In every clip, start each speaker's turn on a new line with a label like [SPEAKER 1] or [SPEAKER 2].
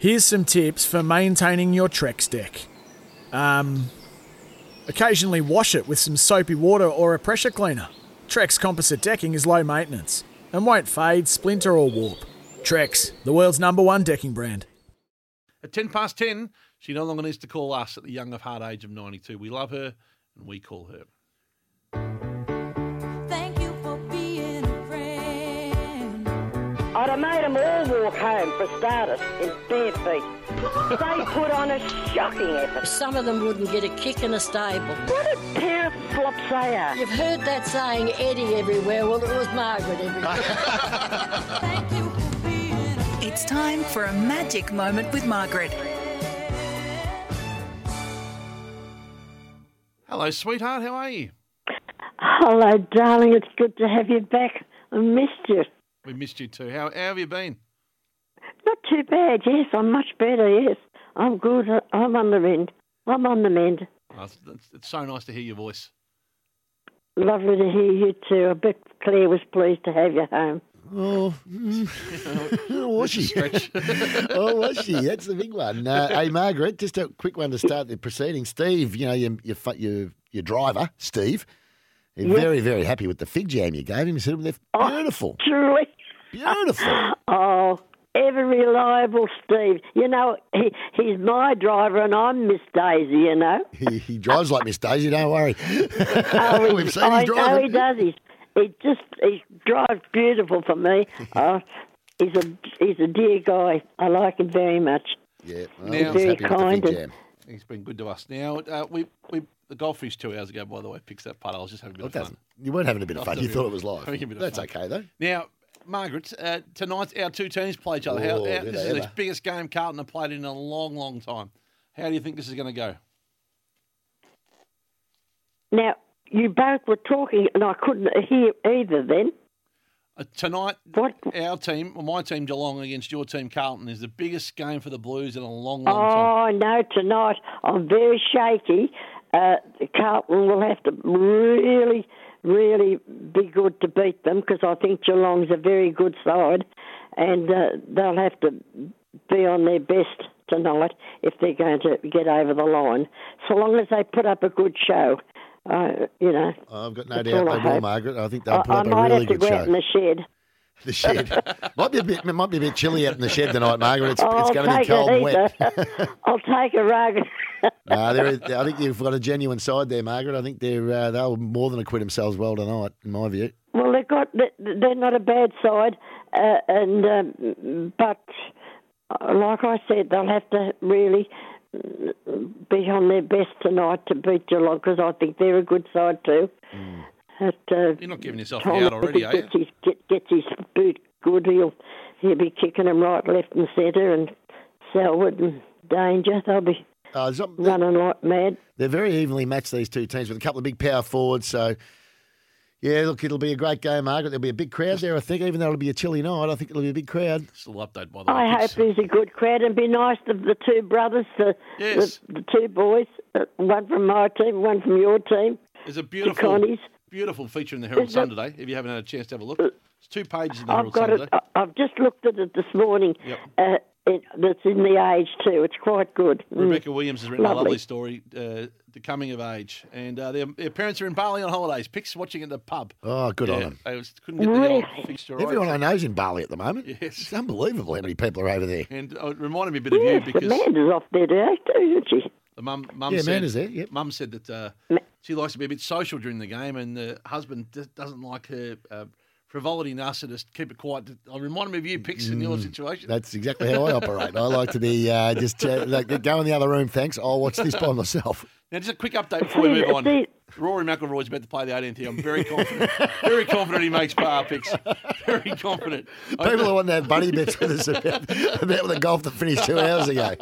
[SPEAKER 1] Here's some tips for maintaining your Trex deck. Um, occasionally wash it with some soapy water or a pressure cleaner. Trex composite decking is low maintenance and won't fade, splinter, or warp. Trex, the world's number one decking brand.
[SPEAKER 2] At 10 past 10, she no longer needs to call us at the young of heart age of 92. We love her and we call her.
[SPEAKER 3] Thank you for being a friend.
[SPEAKER 4] I'd have made 'em all walk home for starters in bare feet. They put on a shocking effort.
[SPEAKER 5] Some of them wouldn't get a kick in a stable.
[SPEAKER 4] What a pair of flops they are.
[SPEAKER 5] You've heard that saying, Eddie everywhere. Well, it was Margaret everywhere.
[SPEAKER 3] Thank you for being a
[SPEAKER 6] It's time for a magic moment with Margaret.
[SPEAKER 2] Hello, sweetheart. How are you?
[SPEAKER 7] Hello, darling. It's good to have you back. I missed you.
[SPEAKER 2] We missed you too. How, how have you been?
[SPEAKER 7] Not too bad. Yes, I'm much better. Yes, I'm good. I'm on the mend. I'm on the mend.
[SPEAKER 2] Oh, it's, it's- it's so nice to hear your voice.
[SPEAKER 7] Lovely to hear you too. I bet Claire was pleased to have you home.
[SPEAKER 8] Oh, was she?
[SPEAKER 2] Stretch.
[SPEAKER 8] Oh, was she? That's the big one. Uh, hey, Margaret, just a quick one to start the proceedings. Steve, you know your your fu- your, your driver, Steve. he's Very very happy with the fig jam you gave him. He said they're
[SPEAKER 7] Oh.
[SPEAKER 8] beautiful,
[SPEAKER 7] Truly.
[SPEAKER 8] beautiful.
[SPEAKER 7] Oh, ever reliable Steve. You know, he, he's my driver and I'm Miss Daisy, you know.
[SPEAKER 8] He, he drives like Miss Daisy. Don't worry.
[SPEAKER 7] Oh, he-
[SPEAKER 8] We've seen
[SPEAKER 7] I
[SPEAKER 8] his
[SPEAKER 7] know he
[SPEAKER 8] driving.
[SPEAKER 7] does. He's, he just he drives beautiful for me. Oh, he's a he's a dear guy. I like him very much.
[SPEAKER 8] Yeah, well,
[SPEAKER 2] Now-
[SPEAKER 7] Very
[SPEAKER 8] he's happy with the
[SPEAKER 7] kind
[SPEAKER 8] fig
[SPEAKER 7] and-
[SPEAKER 8] jam.
[SPEAKER 2] He's been good to us. Now, uh, we, we the goldfish two hours ago, by the way, picks that putt. I was just having a bit
[SPEAKER 8] It
[SPEAKER 2] of fun.
[SPEAKER 8] Oh, doesn't. You weren't having a bit of
[SPEAKER 2] I'm
[SPEAKER 8] fun. You
[SPEAKER 2] having a
[SPEAKER 8] thought
[SPEAKER 2] bit-
[SPEAKER 8] it was live.
[SPEAKER 2] having a bit of
[SPEAKER 8] That's
[SPEAKER 2] fun.
[SPEAKER 8] okay though.
[SPEAKER 2] Now, Margaret, uh, tonight our two teams play each other.
[SPEAKER 8] Oh,
[SPEAKER 2] how, how,
[SPEAKER 8] do
[SPEAKER 2] this
[SPEAKER 8] they
[SPEAKER 2] is the
[SPEAKER 8] ever.
[SPEAKER 2] biggest game Carlton have played in a long, long time. How do you think this is going to go?
[SPEAKER 7] Now you both were talking, and I couldn't hear either. Then
[SPEAKER 2] Uh, tonight,
[SPEAKER 7] What?
[SPEAKER 2] our team, well, my team Geelong against your team Carlton, is the biggest game for the Blues in a long, long time.
[SPEAKER 7] oh no, tonight I'm very shaky. Uh, Carlton will have to really, really be good to beat them because I think Geelong's a very good side, and uh, they'll have to be on their best tonight if they're going to get over the line. So long as they put up a good show, uh, you know.
[SPEAKER 8] I've got no
[SPEAKER 7] That's
[SPEAKER 8] doubt
[SPEAKER 7] all I
[SPEAKER 8] they will,
[SPEAKER 7] hope.
[SPEAKER 8] Margaret. I think
[SPEAKER 7] I,
[SPEAKER 8] they'll put
[SPEAKER 7] I
[SPEAKER 8] up
[SPEAKER 7] might
[SPEAKER 8] a really
[SPEAKER 7] have to
[SPEAKER 8] good
[SPEAKER 7] go
[SPEAKER 8] show.
[SPEAKER 7] out in the shed.
[SPEAKER 8] The shed might be a bit might be a bit chilly out in the shed tonight, Margaret. It's,
[SPEAKER 7] Oh, I'll
[SPEAKER 8] it's going to be
[SPEAKER 7] take
[SPEAKER 8] cold and wet.
[SPEAKER 7] it either. I'll take a rug.
[SPEAKER 8] No, there is, I think you've got a genuine side there, Margaret. I think they're uh, they'll more than acquit themselves well tonight, in my view.
[SPEAKER 7] Well, they got they- they're not a bad side, uh, and um, but uh, like I said, they'll have to really mm, be on their best tonight to beat Geelong because I think they're a good side too.
[SPEAKER 2] Hmm.
[SPEAKER 7] But, uh,
[SPEAKER 2] You're not giving yourself the
[SPEAKER 7] Tom,
[SPEAKER 2] out already, eh?
[SPEAKER 7] if
[SPEAKER 2] are
[SPEAKER 7] he
[SPEAKER 2] you?
[SPEAKER 7] gets, his, get, gets his boot good. He'll he'll be kicking them right, left, and centre, and Selwood and Danger. They'll be
[SPEAKER 8] Uh, it's not-
[SPEAKER 7] running like mad.
[SPEAKER 8] they're very evenly matched these two teams with a couple of big power forwards. So yeah, look, it'll be a great game, Margaret. There'll be a big crowd there. I think, even though it'll be a chilly night, I think it'll be a big crowd.
[SPEAKER 2] It's a little update, by the way.
[SPEAKER 7] I hope
[SPEAKER 2] It's-
[SPEAKER 7] he's a good crowd and be nice to the two brothers, the,
[SPEAKER 2] Yes.
[SPEAKER 7] the, the two boys, uh, one from my team, one from your team.
[SPEAKER 2] There's a beautiful,
[SPEAKER 7] Connies.
[SPEAKER 2] beautiful feature in the Herald
[SPEAKER 7] Is
[SPEAKER 2] Sun
[SPEAKER 7] it- Uh,
[SPEAKER 2] today. If you haven't had a chance to have a look, it's two pages in the
[SPEAKER 7] I've
[SPEAKER 2] Herald
[SPEAKER 7] got
[SPEAKER 2] Sun
[SPEAKER 7] it.
[SPEAKER 2] today.
[SPEAKER 7] I- I've just looked at it this morning.
[SPEAKER 2] Yep.
[SPEAKER 7] Uh, it, that's in the age too. It's quite good. Mm.
[SPEAKER 2] Rebecca Williams has written a lovely
[SPEAKER 7] Lovely.
[SPEAKER 2] story, uh, The Coming of Age. And uh, their, their parents are in Bali on holidays. Pic's watching at the pub.
[SPEAKER 8] Oh, good on
[SPEAKER 2] Yeah,
[SPEAKER 8] them.
[SPEAKER 2] They was, couldn't get the old
[SPEAKER 7] Really?
[SPEAKER 2] fixture right.
[SPEAKER 8] Everyone I know's in Bali at the moment.
[SPEAKER 2] Yes.
[SPEAKER 8] It's unbelievable how many people are over there.
[SPEAKER 2] And uh, it reminded me a bit of
[SPEAKER 7] Yes,
[SPEAKER 2] you because
[SPEAKER 7] Amanda's off there today too, isn't she?
[SPEAKER 2] the mum, mum
[SPEAKER 8] Yeah,
[SPEAKER 2] said,
[SPEAKER 8] Amanda's there, yep.
[SPEAKER 2] mum said that uh, she likes to be a bit social during the game and the husband d- doesn't like her uh, frivolity narcissist. Keep it quiet. I reminded me of you, Pix, in
[SPEAKER 8] Mm,
[SPEAKER 2] your situation.
[SPEAKER 8] That's exactly how I operate. I like to be uh, just uh, like, go in the other room, thanks. I'll watch this by myself.
[SPEAKER 2] Now, just a quick update before we
[SPEAKER 7] These-
[SPEAKER 2] move on.
[SPEAKER 7] these-
[SPEAKER 2] Rory McIlroy's about to play the 18th here. I'm very confident. very confident he makes par picks. Very confident. I-
[SPEAKER 8] People who want to have buddy bets with us about, about the golf that finished two hours ago.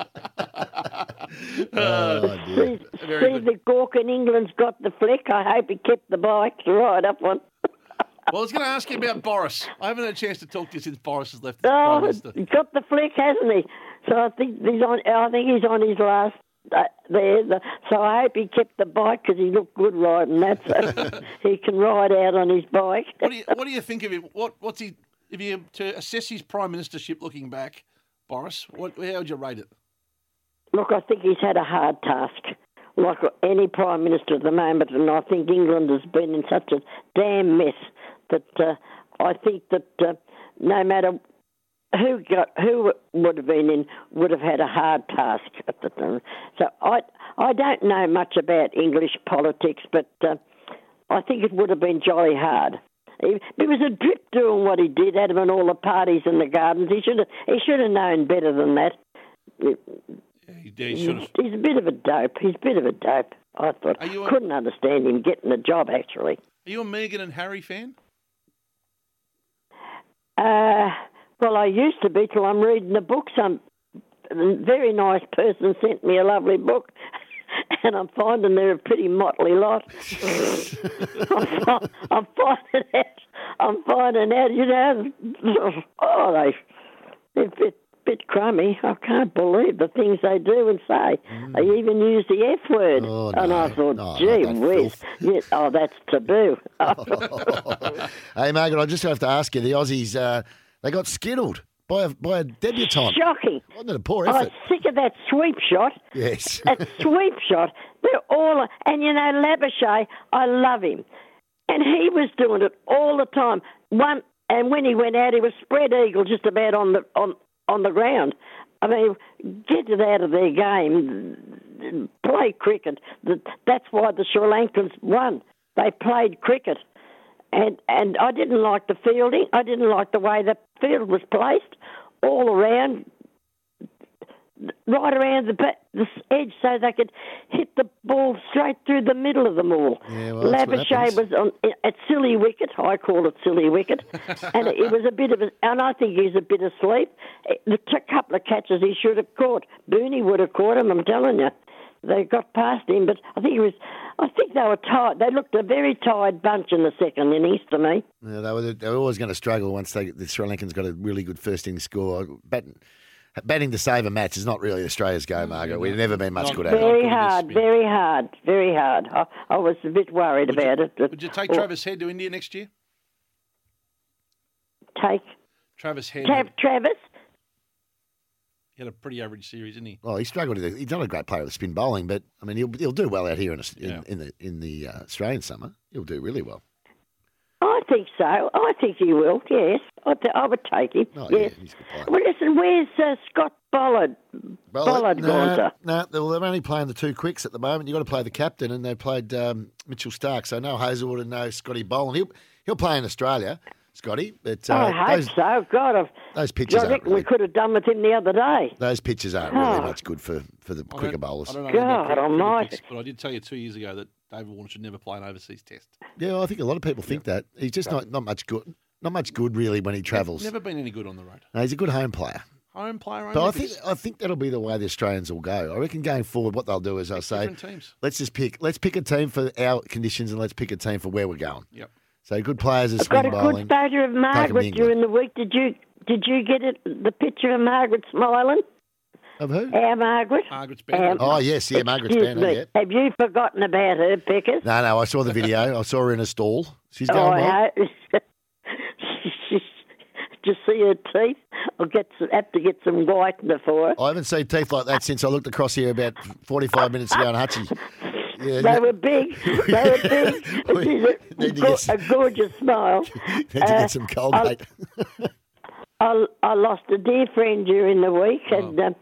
[SPEAKER 8] oh, dear.
[SPEAKER 7] See,
[SPEAKER 2] Very good.
[SPEAKER 7] see the Gork in England's got the flick. I hope he kept the bikes right up on.
[SPEAKER 2] Well, I was going to ask you about Boris. I haven't had a chance to talk to you since Boris has left as Prime
[SPEAKER 7] Oh,
[SPEAKER 2] Minister.
[SPEAKER 7] he's got the flick, hasn't he? So I think he's on. I think he's on his last. Uh, there, the, so I hope he kept the bike because he looked good riding that. So he can ride out on his bike.
[SPEAKER 2] What do you What do you think of him? What What's he? If you to assess his prime ministership looking back, Boris, what how would you rate it?
[SPEAKER 7] Look, I think he's had a hard task, like any prime minister at the moment, and I think England has been in such a damn mess that uh, I think that uh, no matter who got who would have been in would have had a hard task at the time. So I I don't know much about English politics, but uh, I think it would have been jolly hard. It it was a drip doing what he did out of all the parties in the gardens. He should have he should have known better than that.
[SPEAKER 2] Yeah, he, he should have.
[SPEAKER 7] He's a bit of a dope. He's a bit of a dope. I thought.
[SPEAKER 2] Are you a-
[SPEAKER 7] Couldn't understand him getting the job actually.
[SPEAKER 2] Are you a Megan and Harry fan?
[SPEAKER 7] Uh, well, I used to be till I'm reading the book. Some very nice person sent me a lovely book, and I'm finding they're a pretty motley lot. I'm, fi- I'm finding out. I'm finding out. You know, oh, they they're a bit, bit crummy. I can't believe the things they do and say. They even use the F word,
[SPEAKER 8] Mm. Oh,
[SPEAKER 7] and I
[SPEAKER 8] no.
[SPEAKER 7] thought,
[SPEAKER 8] No,
[SPEAKER 7] gee
[SPEAKER 8] not that
[SPEAKER 7] whiz,
[SPEAKER 8] filth.
[SPEAKER 7] yeah, oh, that's taboo.
[SPEAKER 8] hey, Margaret, I just have to ask you the Aussies, uh, they got skittled by a, by a debutante.
[SPEAKER 7] Shocking.
[SPEAKER 8] Wasn't it a poor
[SPEAKER 7] I
[SPEAKER 8] effort?
[SPEAKER 7] was sick of that sweep shot.
[SPEAKER 8] Yes.
[SPEAKER 7] That sweep shot. They're all, and you know, Labuschagne, I love him. And he was doing it all the time. One, and when he went out, he was spread eagle just about on the on on the ground. I mean, get it out of their game. Play cricket. Th- That's why the Sri Lankans won. They played cricket, and and I didn't like the fielding. I didn't like the way the field was placed all around right around the, ba- the s- edge so they could hit the ball straight through the middle of them all.
[SPEAKER 8] Yeah, well, that's what
[SPEAKER 7] Labuschagne
[SPEAKER 8] happens.
[SPEAKER 7] was on at silly wicket. I call it silly wicket, and it was a bit of a. And I think he's a bit asleep. It- The t- couple of catches he should have caught. Booney would have caught him. I'm telling you, they got past him. But I think he was. I think they were tired. They looked a very tired bunch in the second innings to me.
[SPEAKER 8] Yeah, they were, they were always going to struggle once they, the Sri Lankans got a really good first inning score. Batting, batting to save a match is not really Australia's go, Margaret. We've never been much
[SPEAKER 2] Not-
[SPEAKER 8] good at it.
[SPEAKER 2] not-
[SPEAKER 7] Very
[SPEAKER 2] good at this
[SPEAKER 7] hard,
[SPEAKER 2] spin.
[SPEAKER 7] very hard, very hard. I, I was a bit worried about it. but-
[SPEAKER 2] Would you take
[SPEAKER 7] or
[SPEAKER 2] Travis Head to India next year?
[SPEAKER 7] Take
[SPEAKER 2] Travis Head
[SPEAKER 7] Tra- Travis.
[SPEAKER 2] he had a pretty average series, didn't he?
[SPEAKER 8] Well, he struggled. With it. He's not a great player with spin bowling, but I mean, he'll, he'll do well out here in, Aus- in,
[SPEAKER 2] Yeah.
[SPEAKER 8] in the in the uh, Australian summer. He'll do really well.
[SPEAKER 7] I think so. I think he will. Yes, I, th- I would take him.
[SPEAKER 8] Oh, yeah,
[SPEAKER 7] yes.
[SPEAKER 8] he's a good player.
[SPEAKER 7] well, listen. Where's uh, Scott Bollard? Bollard
[SPEAKER 8] no,
[SPEAKER 7] gone, sir.
[SPEAKER 8] no, they're they're only playing the two quicks at the moment. You've got to play the captain, and they played um, Mitchell Stark. So no Hazelwood and no Scotty Boland. He'll, he'll play in Australia, Scotty. But uh,
[SPEAKER 7] I hope
[SPEAKER 8] those,
[SPEAKER 7] Oh, so. God, I've,
[SPEAKER 8] those pitches
[SPEAKER 7] I
[SPEAKER 8] aren't
[SPEAKER 7] reckon
[SPEAKER 8] really,
[SPEAKER 7] we could have done with him the other day.
[SPEAKER 8] those pitches aren't really
[SPEAKER 7] Oh.
[SPEAKER 8] much good for, for the
[SPEAKER 2] I
[SPEAKER 8] quicker
[SPEAKER 2] don't-
[SPEAKER 8] bowlers.
[SPEAKER 2] I don't know
[SPEAKER 7] God
[SPEAKER 2] about cricket
[SPEAKER 7] almighty.
[SPEAKER 2] picks, but I did tell you two years ago that David Warner should never play an overseas test.
[SPEAKER 8] Yeah, I think a lot of people think that he's just not, not much good. Not much good really when he travels.
[SPEAKER 2] Never been any good on the road.
[SPEAKER 8] No, he's a good home player.
[SPEAKER 2] Home player,
[SPEAKER 8] But
[SPEAKER 2] only,
[SPEAKER 8] I think
[SPEAKER 2] it's
[SPEAKER 8] I think that'll be the way the Australians will go. I reckon going forward, what they'll do is they'll say,
[SPEAKER 2] different teams.
[SPEAKER 8] let's just pick, let's pick a team for our conditions, and let's pick a team for where we're going.
[SPEAKER 2] Yep.
[SPEAKER 8] So good players are
[SPEAKER 7] I've got
[SPEAKER 8] swing
[SPEAKER 7] a
[SPEAKER 8] bowling.
[SPEAKER 7] good photo of Margaret
[SPEAKER 8] England.
[SPEAKER 7] during the week. Did you? Did you get it? The picture of Margaret smiling.
[SPEAKER 8] Of who?
[SPEAKER 7] Our Margaret.
[SPEAKER 2] Margaret's bad.
[SPEAKER 8] Oh yes, yeah, Margaret
[SPEAKER 7] Excuse
[SPEAKER 8] Stanley.
[SPEAKER 7] me.
[SPEAKER 8] Yeah.
[SPEAKER 7] Have you forgotten about her, Pickers?
[SPEAKER 8] No, no, I saw the video. I saw her in a stall. She's going
[SPEAKER 7] Oh,
[SPEAKER 8] well.
[SPEAKER 7] I hope. Just see her teeth. I'll get some, have to get some whitener for her.
[SPEAKER 8] I haven't seen teeth like that since I looked across here about forty-five minutes ago. And Hutchie, yeah,
[SPEAKER 7] They were big. They were big.
[SPEAKER 8] We
[SPEAKER 7] She's a,
[SPEAKER 8] need to get
[SPEAKER 7] go- a gorgeous smile.
[SPEAKER 8] need to
[SPEAKER 7] uh,
[SPEAKER 8] get some Colgate.
[SPEAKER 7] I, I lost a dear friend during the week, and um,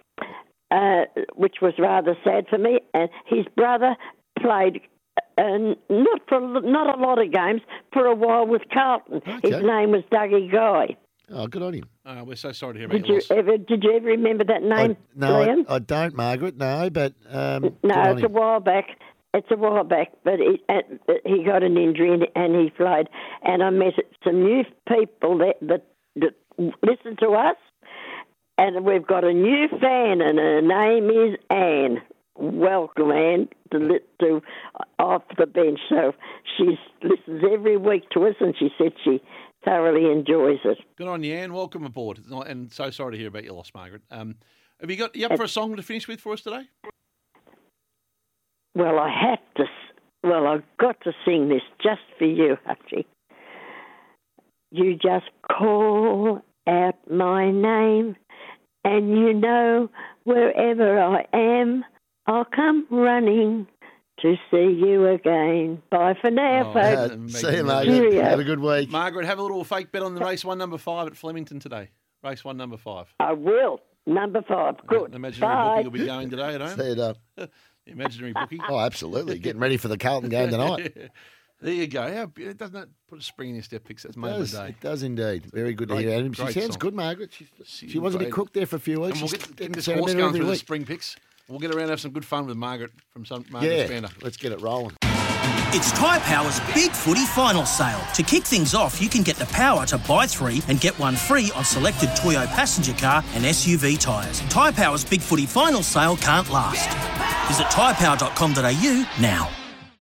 [SPEAKER 7] uh, which was rather sad for me. And his brother played. And not for a l- not a lot of games for a while with Carlton. His
[SPEAKER 8] Okay.
[SPEAKER 7] name was Dougie Guy.
[SPEAKER 8] Oh, good on him.
[SPEAKER 2] Uh, we're so sorry to hear about
[SPEAKER 7] Did
[SPEAKER 2] your
[SPEAKER 7] you
[SPEAKER 2] loss.
[SPEAKER 7] ever did you ever remember that
[SPEAKER 8] I-
[SPEAKER 7] name,
[SPEAKER 8] no,
[SPEAKER 7] Liam?
[SPEAKER 8] I, I don't, Margaret. No, but um, good
[SPEAKER 7] No,
[SPEAKER 8] on
[SPEAKER 7] it's a
[SPEAKER 8] him.
[SPEAKER 7] while back. It's a while back, but he, and, but he got an injury and, and he played. And I met some new people that, that, that listen to us, and we've got a new fan, and her name is Anne. Welcome, Anne, to, li- to off the bench. So she listens every week to us, and she said she thoroughly enjoys it.
[SPEAKER 2] Good on you, Anne. Welcome aboard. It's not- And so sorry to hear about your loss, Margaret. Um, have you got you up for a song to finish with for us today?
[SPEAKER 7] Well, I have to. s- Well, I've got to sing this just for you, Hutchie. You just call out my name, and you know wherever I am, I'll come running to see you again. Bye for now,
[SPEAKER 2] Oh,
[SPEAKER 7] folks.
[SPEAKER 8] Uh,
[SPEAKER 2] Megan
[SPEAKER 8] see you,
[SPEAKER 2] Miller.
[SPEAKER 8] Margaret.
[SPEAKER 7] Cheerio.
[SPEAKER 8] Have a good week.
[SPEAKER 2] Margaret, have a little fake bet on the race one number five at Flemington today. Race one number five.
[SPEAKER 7] I will. Number five. Good.
[SPEAKER 2] An imaginary bookie
[SPEAKER 7] Bye.
[SPEAKER 2] you'll be going today at home.
[SPEAKER 8] See you, Dom.
[SPEAKER 2] Imaginary bookie.
[SPEAKER 8] Oh, absolutely. Getting ready for the Carlton game tonight.
[SPEAKER 2] There you go. How be- doesn't that put a spring in your step, Pix? That's made
[SPEAKER 8] It
[SPEAKER 2] of
[SPEAKER 8] does,
[SPEAKER 2] the day.
[SPEAKER 8] it does indeed. Very good
[SPEAKER 2] Great-
[SPEAKER 8] to hear, Adam. She
[SPEAKER 2] great
[SPEAKER 8] sounds
[SPEAKER 2] song.
[SPEAKER 8] good, Margaret. She,
[SPEAKER 2] She's
[SPEAKER 8] she wasn't a
[SPEAKER 2] great.
[SPEAKER 8] cook there for a few
[SPEAKER 2] And
[SPEAKER 8] weeks.
[SPEAKER 2] we'll
[SPEAKER 8] She
[SPEAKER 2] get,
[SPEAKER 8] didn't
[SPEAKER 2] get this
[SPEAKER 8] sound
[SPEAKER 2] horse
[SPEAKER 8] better
[SPEAKER 2] going
[SPEAKER 8] every
[SPEAKER 2] through the
[SPEAKER 8] week.
[SPEAKER 2] spring picks. We'll get around and have some good fun with Margaret from some Margaret
[SPEAKER 8] Yeah,
[SPEAKER 2] Spander.
[SPEAKER 8] let's get it rolling.
[SPEAKER 9] It's Tyre Power's Big Footy Final Sale. To kick things off, you can get the power to buy three and get one free on selected Toyo passenger car and SUV tyres. Tyre Power's Big Footy Final Sale can't last. Visit tyrepower.com.au now.